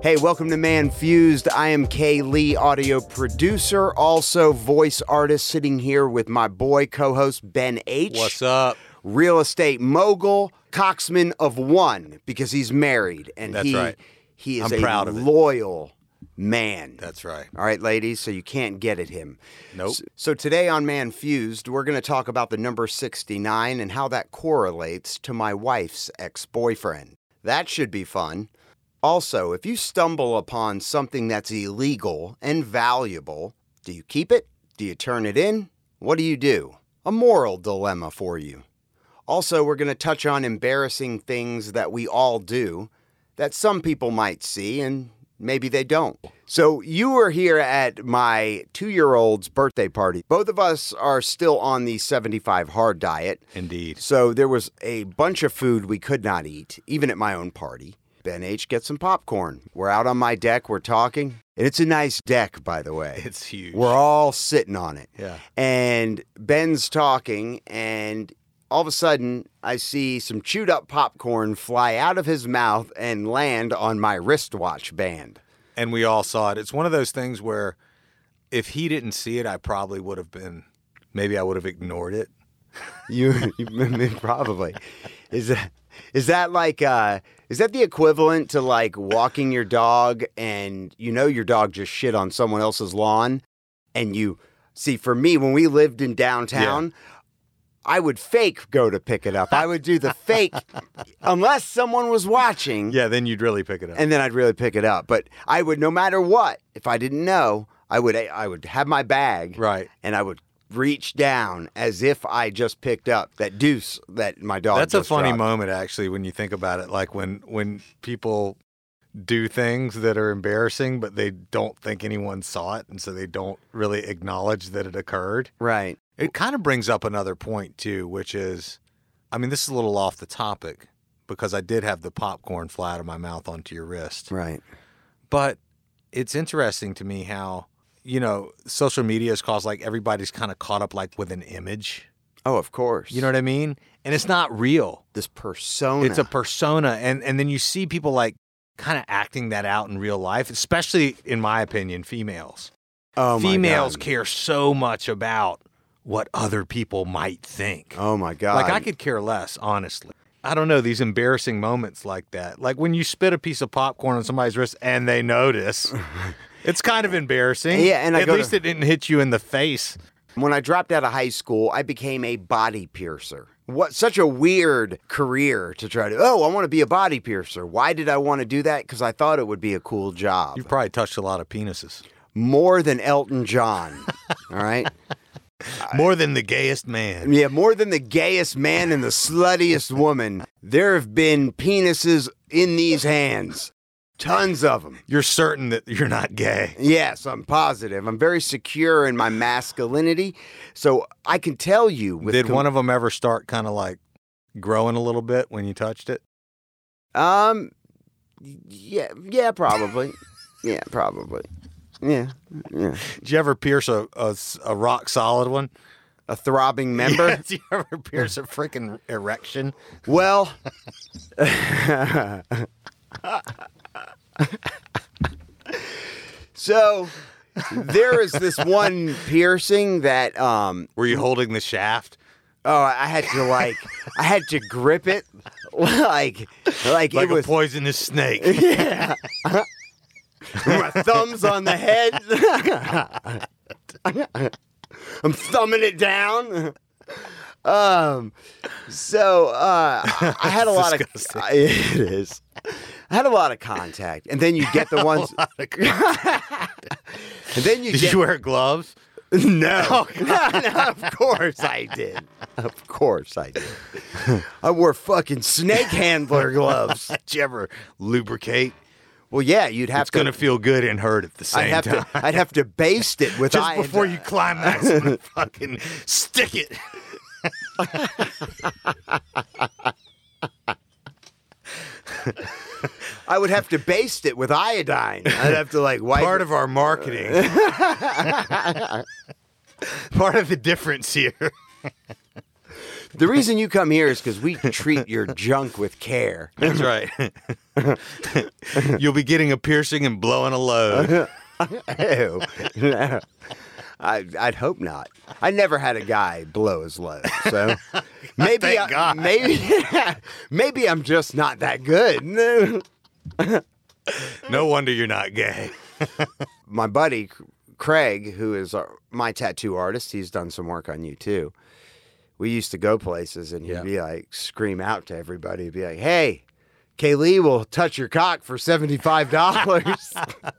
Hey, welcome to Man Fused. I am Kay Lee, audio producer, also voice artist, sitting here with my boy co host Ben H. What's up? Real estate mogul, coxman of one, because he's married. And That's he, right. he is I'm a proud of it. loyal man. That's right. All right, ladies, so you can't get at him. Nope. S- So, today on Man Fused, we're going to talk about the number 69 and how that correlates to my wife's ex boyfriend. That should be fun. Also, if you stumble upon something that's illegal and valuable, do you keep it? Do you turn it in? What do you do? A moral dilemma for you. Also, we're going to touch on embarrassing things that we all do that some people might see and maybe they don't. So, you were here at my two year old's birthday party. Both of us are still on the 75 hard diet. Indeed. So, there was a bunch of food we could not eat, even at my own party. Ben H. gets some popcorn. We're out on my deck, we're talking. And it's a nice deck, by the way. It's huge. We're all sitting on it. Yeah. And Ben's talking, and all of a sudden, I see some chewed up popcorn fly out of his mouth and land on my wristwatch band. and we all saw it. It's one of those things where if he didn't see it, I probably would have been, maybe I would have ignored it. You, you probably is that is that like uh, is that the equivalent to like walking your dog and you know your dog just shit on someone else's lawn and you see for me when we lived in downtown. I would fake go to pick it up. I would do the fake unless someone was watching. Yeah, then you'd really pick it up. and then I'd really pick it up. But I would, no matter what, if I didn't know, I would I would have my bag, Right. and I would reach down as if I just picked up that deuce that my dog. That's a just funny dropped. moment, actually, when you think about it. Like when when people do things that are embarrassing, but they don't think anyone saw it, and so they don't really acknowledge that it occurred. right? It kind of brings up another point too, which is, I mean, this is a little off the topic because I did have the popcorn fly out of my mouth onto your wrist, Right. but it's interesting to me how you know social media has caused like everybody's kind of caught up like with an image. Oh, of course. You know what I mean? And it's not real. this persona. It's a persona, and and then you see people like kind of acting that out in real life, especially in my opinion, females. oh, my females God. care so much about what other people might think. Oh my god! Like I could care less, honestly. I don't know these embarrassing moments like that. Like when you spit a piece of popcorn on somebody's wrist and they notice. It's kind of embarrassing. Yeah, and I at go least to- it didn't hit you in the face. When I dropped out of high school, I became a body piercer. What such a weird career to try to oh, I want to be a body piercer. Why did I want to do that? Because I thought it would be a cool job. You've probably touched a lot of penises. More than Elton John. All right. More than the gayest man. Yeah, more than the gayest man and the sluttiest woman. There have been penises in these hands. Tons of them. You're certain that you're not gay. Yes, I'm positive. I'm very secure in my masculinity. So I can tell you with Did com- one of them ever start kind of like growing a little bit when you touched it? Um, yeah, yeah, probably. yeah, probably. Yeah, yeah. Did you ever pierce a, a s- a rock solid one? A throbbing member. Did you ever pierce a freaking erection? Well, so there is this one piercing that um Were you holding the shaft? oh I had to like I had to grip it like like, like it was a poisonous snake. yeah. My thumbs on the head. I'm thumbing it down. Um, so uh, I had a lot of disgusting. it is. I had a lot of contact, and then you get the ones, Did and then you get you Oh, wear gloves? no. No, no, of course I did. Of course I did. I wore fucking snake handler gloves. Did you ever lubricate? Well, yeah, you'd have It's to gonna feel good and hurt at the I'd same have time. to I'd have to baste it with Just iodine. before you climax, I'm gonna fucking stick it. I would have to baste it with iodine. I'd have to like wipe Part of our marketing. Part of the difference here. The reason you come here is because we treat your junk with care. That's right. You'll be getting a piercing and blowing a load. Ew. No. I, I'd hope not. I never had a guy blow his load, so maybe Thank I, God. maybe maybe I'm just not that good. No wonder you're not gay. my buddy Craig, who is uh, my tattoo artist, he's done some work on you too. We used to go places and he'd Yeah. be like, scream out to everybody, he'd be like, hey, Kaylee will touch your cock for $75.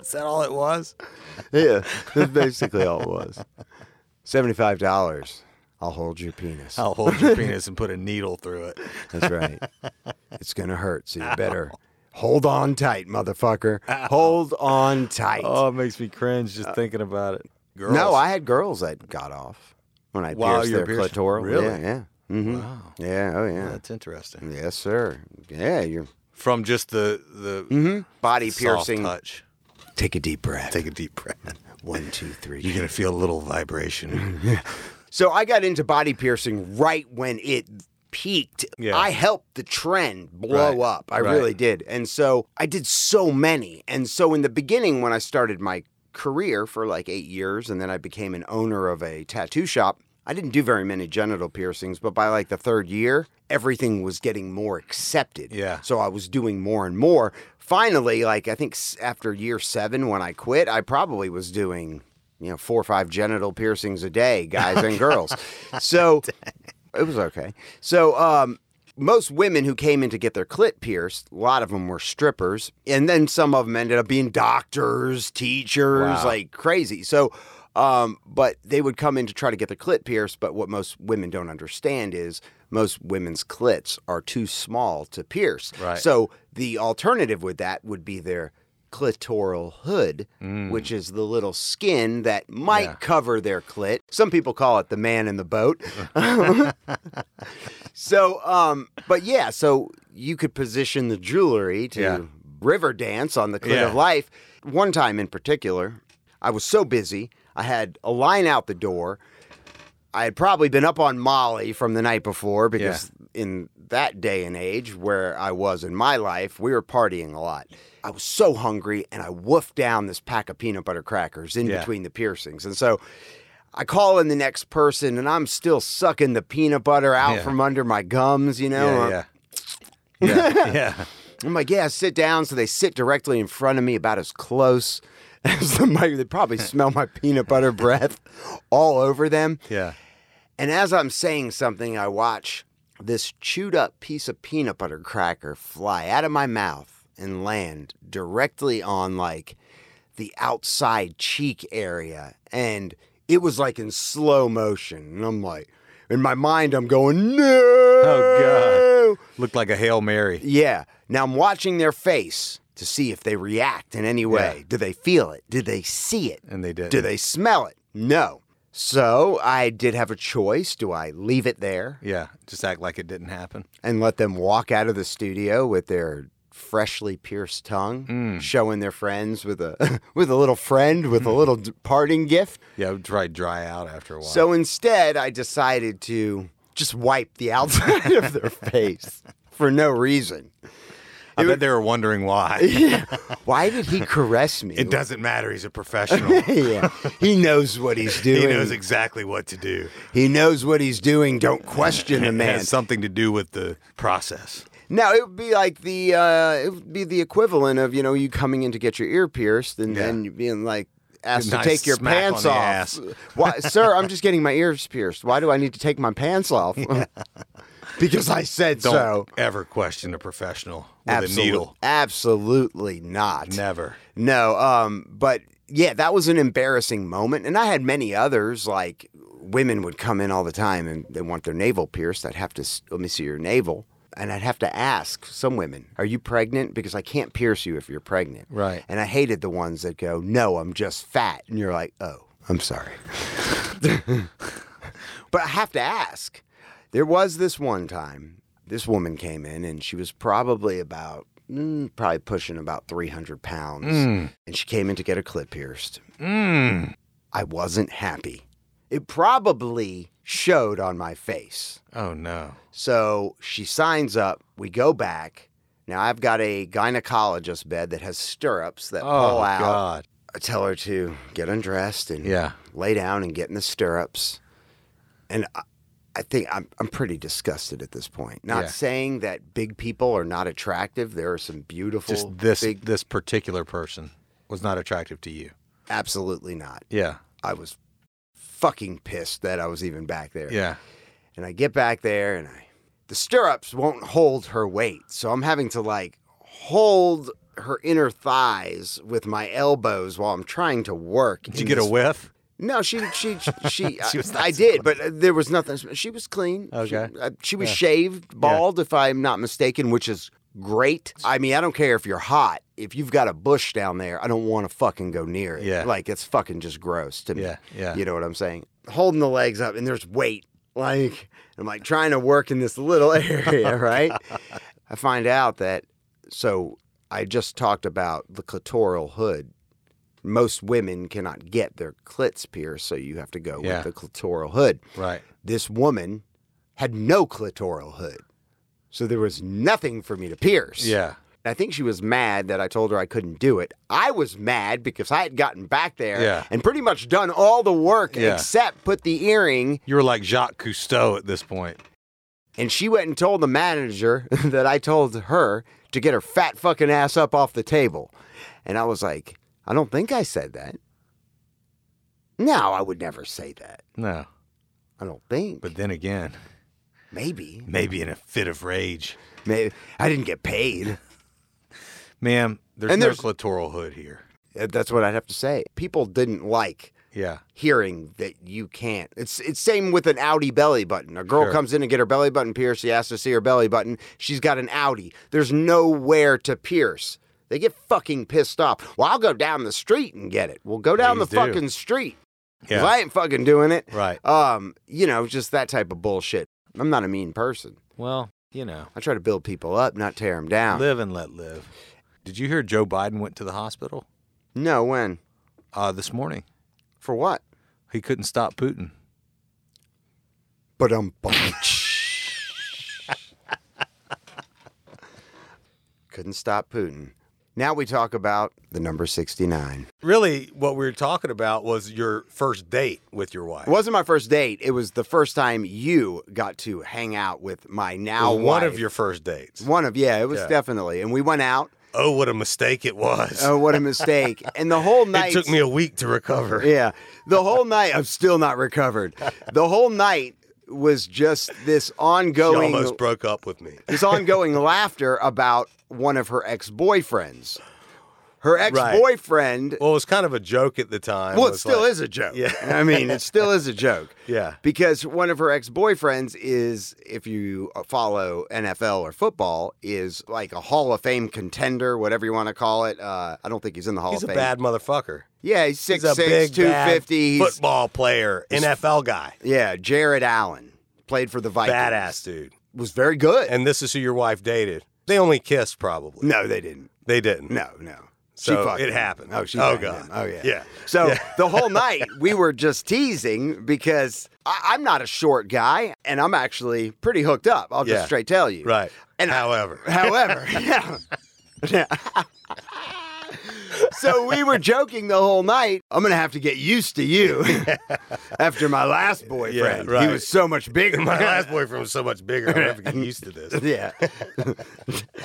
Is that all it was? yeah, that's basically all it was. $75. I'll hold your penis. I'll hold your penis and put a needle through it. That's right. it's going to hurt, so you better hold on tight, motherfucker. Hold on tight. Oh, it makes me cringe just thinking about it. Uh, Girls. No, I had girls that got off when I While pierced you their were piercing- clitoral. Really? Yeah, yeah. hmm Wow. Yeah, oh yeah. That's interesting. Yes, sir. Yeah, your From just the the body soft Mm-hmm. piercing. touch. Take a deep breath. Take a deep breath. One, two, three. You're gonna feel a little vibration. So I got into body piercing right when it peaked. Yeah. I helped the trend blow Right. up. I Right. really did. And so I did so many. And so in the beginning, when I started my career for like eight years, and then I became an owner of a tattoo shop, I didn't do very many genital piercings, but by like the third year, everything was getting more accepted. Yeah. So I was doing more and more. Finally, like I think s- after year seven, when I quit, I probably was doing, you know, four or five genital piercings a day, guys and girls. So it was okay. So, um, most women who came in to get their clit pierced, a lot of them were strippers, and then some of them ended up being doctors, teachers, Wow. like crazy. So, um, but they would come in to try to get their clit pierced. But what most women don't understand is most women's clits are too small to pierce. Right. So the alternative with that would be their clitoral hood, which is the little skin that might Mm. Yeah. cover their clit. Some people call it the man in the boat. So, um, but yeah, so you could position the jewelry to Yeah. river dance on the clit Yeah. of life. One time in particular, I was so busy, I had a line out the door. I had probably been up on Molly from the night before because in that day and age where I was in my life, we were partying a lot. I was so hungry and I woofed down this pack of peanut butter crackers in Yeah. between the piercings. And so I call in the next person and I'm still sucking the peanut butter out Yeah. from under my gums, you know? Uh, yeah, yeah. Yeah, yeah. I'm like, yeah, sit down. So they sit directly in front of me, about as close as the mic. They probably smell my peanut butter breath all over them. Yeah. And as I'm saying something, I watch this chewed up piece of peanut butter cracker fly out of my mouth and land directly on like the outside cheek area. And it was like in slow motion. And I'm like, in my mind, I'm going, no. Oh, Looked like a Hail Mary. Yeah. Now I'm watching their face to see if they react in any way. Yeah. Do they feel it? Do they see it? And they did. Do they smell it? No. So I did have a choice. Do I leave it there Yeah. Just act like it didn't happen. and let them walk out of the studio with their freshly pierced tongue, Mm. showing their friends with a with a little friend with a little d- parting gift? Yeah, it would probably dry out after a while. So instead, I decided to just wipe the outside of their face for no reason. I bet they were wondering why. Why did he caress me? it doesn't matter. He's a professional. yeah, he knows what he's doing. he knows exactly what to do. He knows what he's doing. Don't question the It man. has something to do with the process. Now it would be like the uh, it would be the equivalent of you know you coming in to get your ear pierced and Yeah. then you being like asked Nice to take your smack pants on the off. ass. Why, sir? I'm just getting my ears pierced. Why do I need to take my pants off? because I said Don't so. ever question a professional with Absolu- a needle. Absolutely not. Never. No, um, but yeah, that was an embarrassing moment, and I had many others. Like women would come in all the time and they want their navel pierced. I'd have to s- let me see your navel, and I'd have to ask some women, "Are you pregnant?" Because I can't pierce you if you're pregnant. Right. And I hated the ones that go, "No, I'm just fat," and you're like, "Oh, I'm sorry." But I have to ask. There was this one time, this woman came in and she was probably about, mm, probably pushing about 300 Mm. pounds. And she came in to get her clit pierced. I wasn't happy. It probably showed on my face. Oh no. So she signs up. We go back. Now I've got a gynecologist bed that has stirrups that Oh pull out. god. I tell her to get undressed and Yeah. lay down and get in the stirrups. And I, I think I'm, I'm pretty disgusted at this point. Not Yeah. saying that big people are not attractive. There are some beautiful, Just this big, this particular person was not attractive to you. absolutely not. Yeah. I was fucking pissed that I was even back there. Yeah. And I get back there and I the stirrups won't hold her weight. So I'm having to like hold her inner thighs with my elbows while I'm trying to work. Did in you get a this- whiff? No, she she she, She was not I, I did, but uh, there was nothing she was clean. Okay. She, uh, she was Yeah. shaved, bald if I'm not mistaken, which is great. I mean, I don't care if you're hot. If you've got a bush down there, I don't want to fucking go near it. Yeah. Like it's fucking just gross to me. Yeah. Yeah. You know what I'm saying? Holding the legs up and there's weight. Like I'm like trying to work in this little area, right? I find out that so I just talked about the clitoral hood. Most women cannot get their clits pierced, so you have to go Yeah. with the clitoral hood. Right. This woman had no clitoral hood. So there was nothing for me to pierce. Yeah. I think she was mad that I told her I couldn't do it. I was mad because I had gotten back there Yeah. and pretty much done all the work Yeah. except put the earring. You were like Jacques Cousteau at this point. And she went and told the manager that I told her to get her fat fucking ass up off the table. And I was like, I don't think I said that. No, I would never say that. No. I don't think. But then again, maybe. maybe in a fit of rage. Maybe. I didn't get paid. Ma'am, there's, And no there's- clitoral hood here. That's what I'd have to say. People didn't like Yeah. hearing that you can't. It's it's same with an Audi belly button. A girl Sure. comes in to get her belly button pierced. She asks to see her belly button. She's got an Audi. There's nowhere to pierce. They get fucking pissed off. Well, I'll go down the street and get it. Well, go down Please the do. fucking street. 'cause Yeah. I ain't fucking doing it. Right. Um, you know, just that type of bullshit. I'm not a mean person. Well, you know, I try to build people up, not tear them down. live and let live. Did you hear Joe Biden went to the hospital No, when? uh, this morning? For what? He couldn't stop Putin. But um, couldn't stop Putin. Now we talk about the number sixty-nine. Really, what we were talking about was your first date with your wife. It wasn't my first date. It was the first time you got to hang out with my It now was one of wife. your first dates. one of yeah. It was Yeah. definitely, and we went out. Oh, what a mistake it was. Oh, what a mistake! and the whole night it took me a week to recover. Yeah. The whole night, I'm still not recovered. The whole night was just this She ongoing, almost broke up with me. this ongoing laughter about one of her ex boyfriends. Her ex boyfriend. Well, it was kind of a joke at the time. Well, it was still like- is a joke. Yeah. I mean, it still is a joke. Yeah. Because one of her ex boyfriends is, if you uh, follow NFL or football, is like a Hall of Fame contender, whatever you want to call it. Uh, I don't think he's in the Hall He's a of Fame. bad motherfucker. yeah, he's He's a 6'6, big, bad 250. He's- football player, NFL guy, Yeah, Jared Allen played for the Vikings. badass dude. Was very good. And this is who your wife dated. They only kissed, probably. no, they didn't. They didn't. No, no. So fucked it him. happened. Oh, she. Oh, banged God. him. Oh, yeah. Yeah. So Yeah. the whole night we were just teasing because I- I'm not a short guy and I'm actually pretty hooked up. I'll just Yeah. straight tell you. Right. And I- however, However, yeah. so we were joking the whole night. I'm gonna have to get used to you after my last boyfriend. right. He was so much bigger. my last boyfriend was so much bigger. I never get used to this. yeah.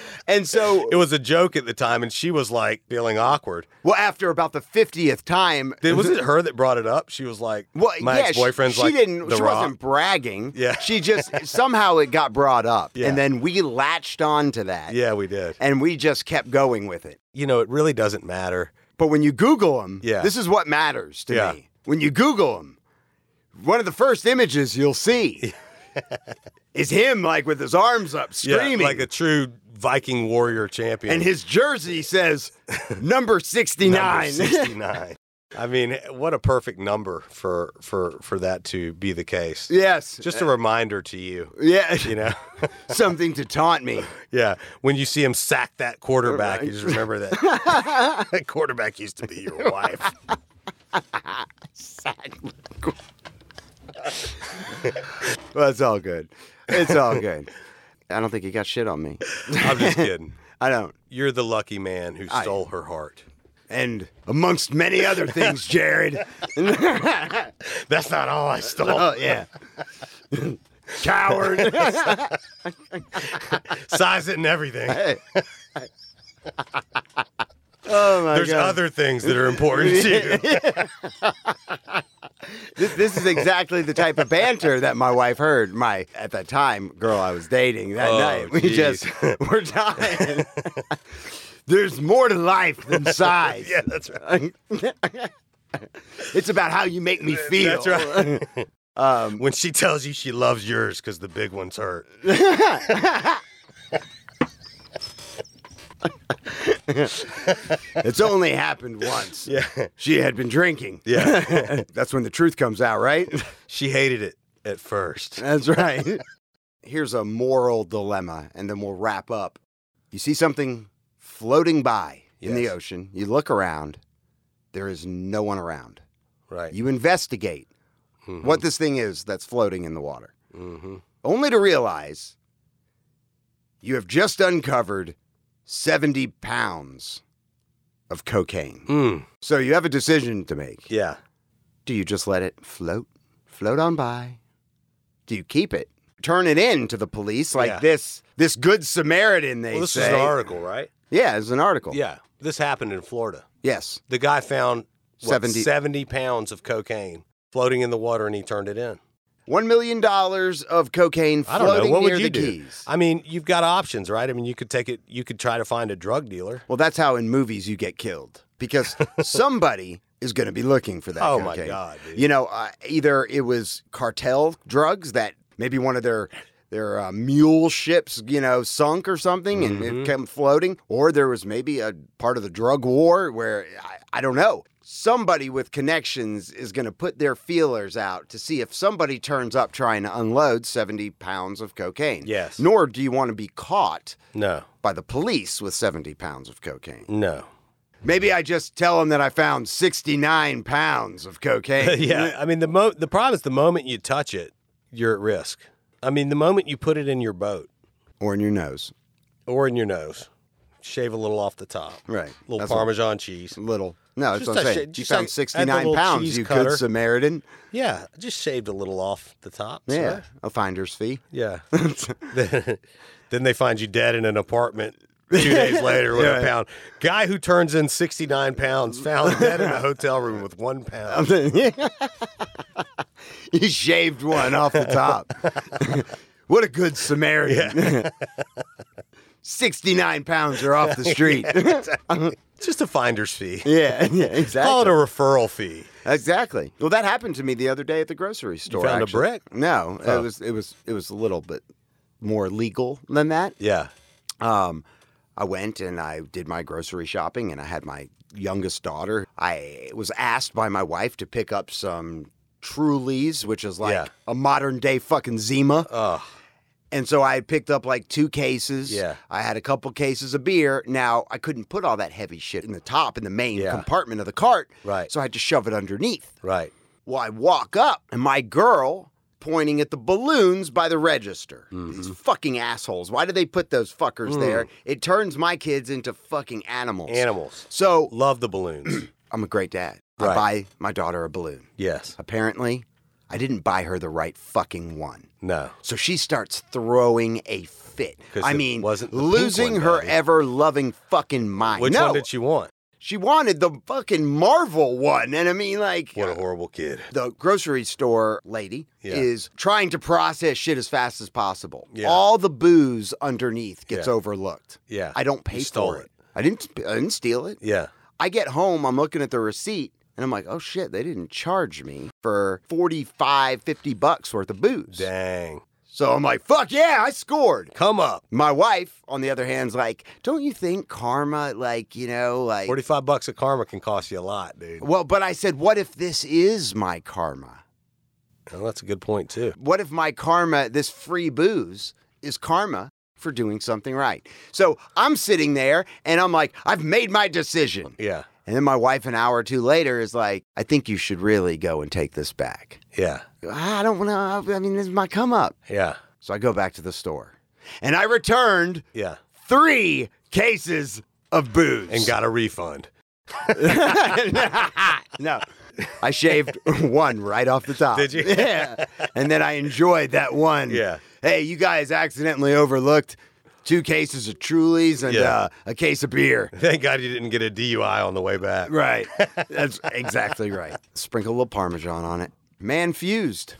and so It was a joke at the time, and she was like feeling awkward. Well, after about the fiftieth time, Did- Was it her that brought it up? She was like, well, my yeah, she- ex-boyfriend's she, like didn't. the she rock. wasn't bragging. Yeah. she just somehow it got brought up, Yeah. and then we latched on to that. Yeah, we did. and we just kept going with it. You know, it really doesn't matter. But when you Google them, Yeah. this is what matters to Yeah. me. When you Google them, one of the first images you'll see is him like with his arms up, Yeah, screaming, like a true Viking warrior champion. and his jersey says number sixty Number nine. 69. I mean, what a perfect number for for for that to be the case. yes, Just a reminder to you, yeah, you know. something to taunt me. yeah, when you see him sack that quarterback, you just remember that that quarterback used to be your wife. well, it's all good. It's all good. I don't think he got shit on me. I'm just kidding. I don't. You're the lucky man who stole her heart. And amongst many other things, Jared. Oh, That's not all I stole. yeah. Coward. Size it and everything. oh my There's god. other things that are important too. This, this is exactly the type of banter that my wife heard. My at that time girl I was dating that Oh, night. We geez. just we're dying. There's more to life than size. yeah, that's right. It's about how you make me feel. That's right. Um, When she tells you she loves yours because the big one's hurt. it's only happened once. Yeah. She had been drinking. Yeah. That's when the truth comes out, right? she hated it at first. That's right. Here's a moral dilemma, and then we'll wrap up. You see something floating by in the Yes. ocean, you look around, there is no one around. Right. You investigate Mm-hmm. what this thing is that's floating in the water, hmm only to realize you have just uncovered 70 pounds of cocaine. Mm. So you have a decision to make. Yeah. Do you just let it float, float on by? Do you keep it? Turn it in to the police like Yeah. this this good Samaritan they Well, this is say. an article, right? Yeah, it's an article. Yeah. This happened in Florida. Yes. The guy found what, 70 70 pounds of cocaine floating in the water and he turned it in. One million dollars of cocaine I floating don't know. What near would you the do? keys. I mean, you've got options, right? I mean, you could take it, you could try to find a drug dealer. Well, that's how in movies you get killed because somebody is going to be looking for that. Oh, my cocaine. God, dude. You know, uh, either it was cartel drugs that maybe one of their their uh, mule ships, you know, sunk or something Mm-hmm. and it came floating, or there was maybe a part of the drug war where I, I don't know. Somebody with connections is going to put their feelers out to see if somebody turns up trying to unload 70 pounds of cocaine. Yes. Nor do you want to be caught No, by the police with 70 pounds of cocaine. no. Maybe I just tell them that I found 69 pounds of cocaine. yeah. I mean, the mo- the problem is the moment you touch it, you're at risk. I mean, the moment you put it in your boat Or in your nose. or in your nose, shave a little off the top. Right. little That's a- Parmesan cheese. Little. No, that's Just what I'm a saying. shit- you just found like- add the 69 little pounds, cheese you cutter. good Samaritan. Yeah, just shaved a little off the top. so- Yeah. A finder's fee. Yeah. then then they find you dead in an apartment two days later with a pound. Guy who turns in 69 pounds found dead in a hotel room with one pound. you shaved one off the top. what a good Samaritan. 69 pounds are off the street. Just a finder's fee. yeah, yeah, Call it a exactly. referral fee. Exactly. Well, that happened to me the other day at the grocery store. found a actually. brick? No, it Oh. was it was it was a little bit more legal than that. Yeah. Um, I went and I did my grocery shopping, and I had my youngest daughter. I was asked by my wife to pick up some Trulies, which is like Yeah. a modern day fucking Zima. Oh, And so I picked up like two cases. Yeah. I had a couple cases of beer. Now I couldn't put all that heavy shit in the top in the main Yeah. compartment of the cart. Right. So I had to shove it underneath. right. Well, I walk up and my girl pointing at the balloons by the register. Mm-hmm. These fucking assholes. Why do they put those fuckers Mm. there? It turns my kids into fucking animals. Animals. So Love the balloons. I'm a great dad. I Right. buy my daughter a balloon. yes. Apparently, I didn't buy her the right fucking one. No. So she starts throwing a fit. 'Cause I it mean, wasn't the pink losing one, her Daddy. ever loving fucking mind. Which no, one did she want? she wanted the fucking Marvel one. And I mean, like, What a horrible kid. the grocery store lady Yeah. is trying to process shit as fast as possible. Yeah. All the booze underneath gets Yeah. overlooked. Yeah. I don't pay You stole for it. I didn't. I didn't steal it. Yeah. I get home. I'm looking at the receipt. And I'm like, oh shit, they didn't charge me for 45, 50 bucks worth of booze. Dang. So I'm like, fuck yeah, I scored. Come up. My wife, on the other hand, is like, don't you think karma, like, you know, like. 45 bucks of karma can cost you a lot, dude. Well, but I said, what if this is my karma? Well, that's a good point, too. What if my karma, this free booze, is karma for doing something right? So I'm sitting there and I'm like, I've made my decision. Yeah. And then my wife, an hour or two later, is like, I think you should really go and take this back. Yeah. I don't want to, I mean, this is my come up. Yeah. So I go back to the store and I returned Yeah. three cases of booze. And got a refund. no, I shaved one right off the top. Did you? Yeah. And then I enjoyed that one. Yeah. Hey, you guys accidentally overlooked two cases of Trulies and Yeah. uh, a case of beer. Thank God you didn't get a DUI on the way back. Right. That's exactly right. Sprinkle a little Parmesan on it. Man fused.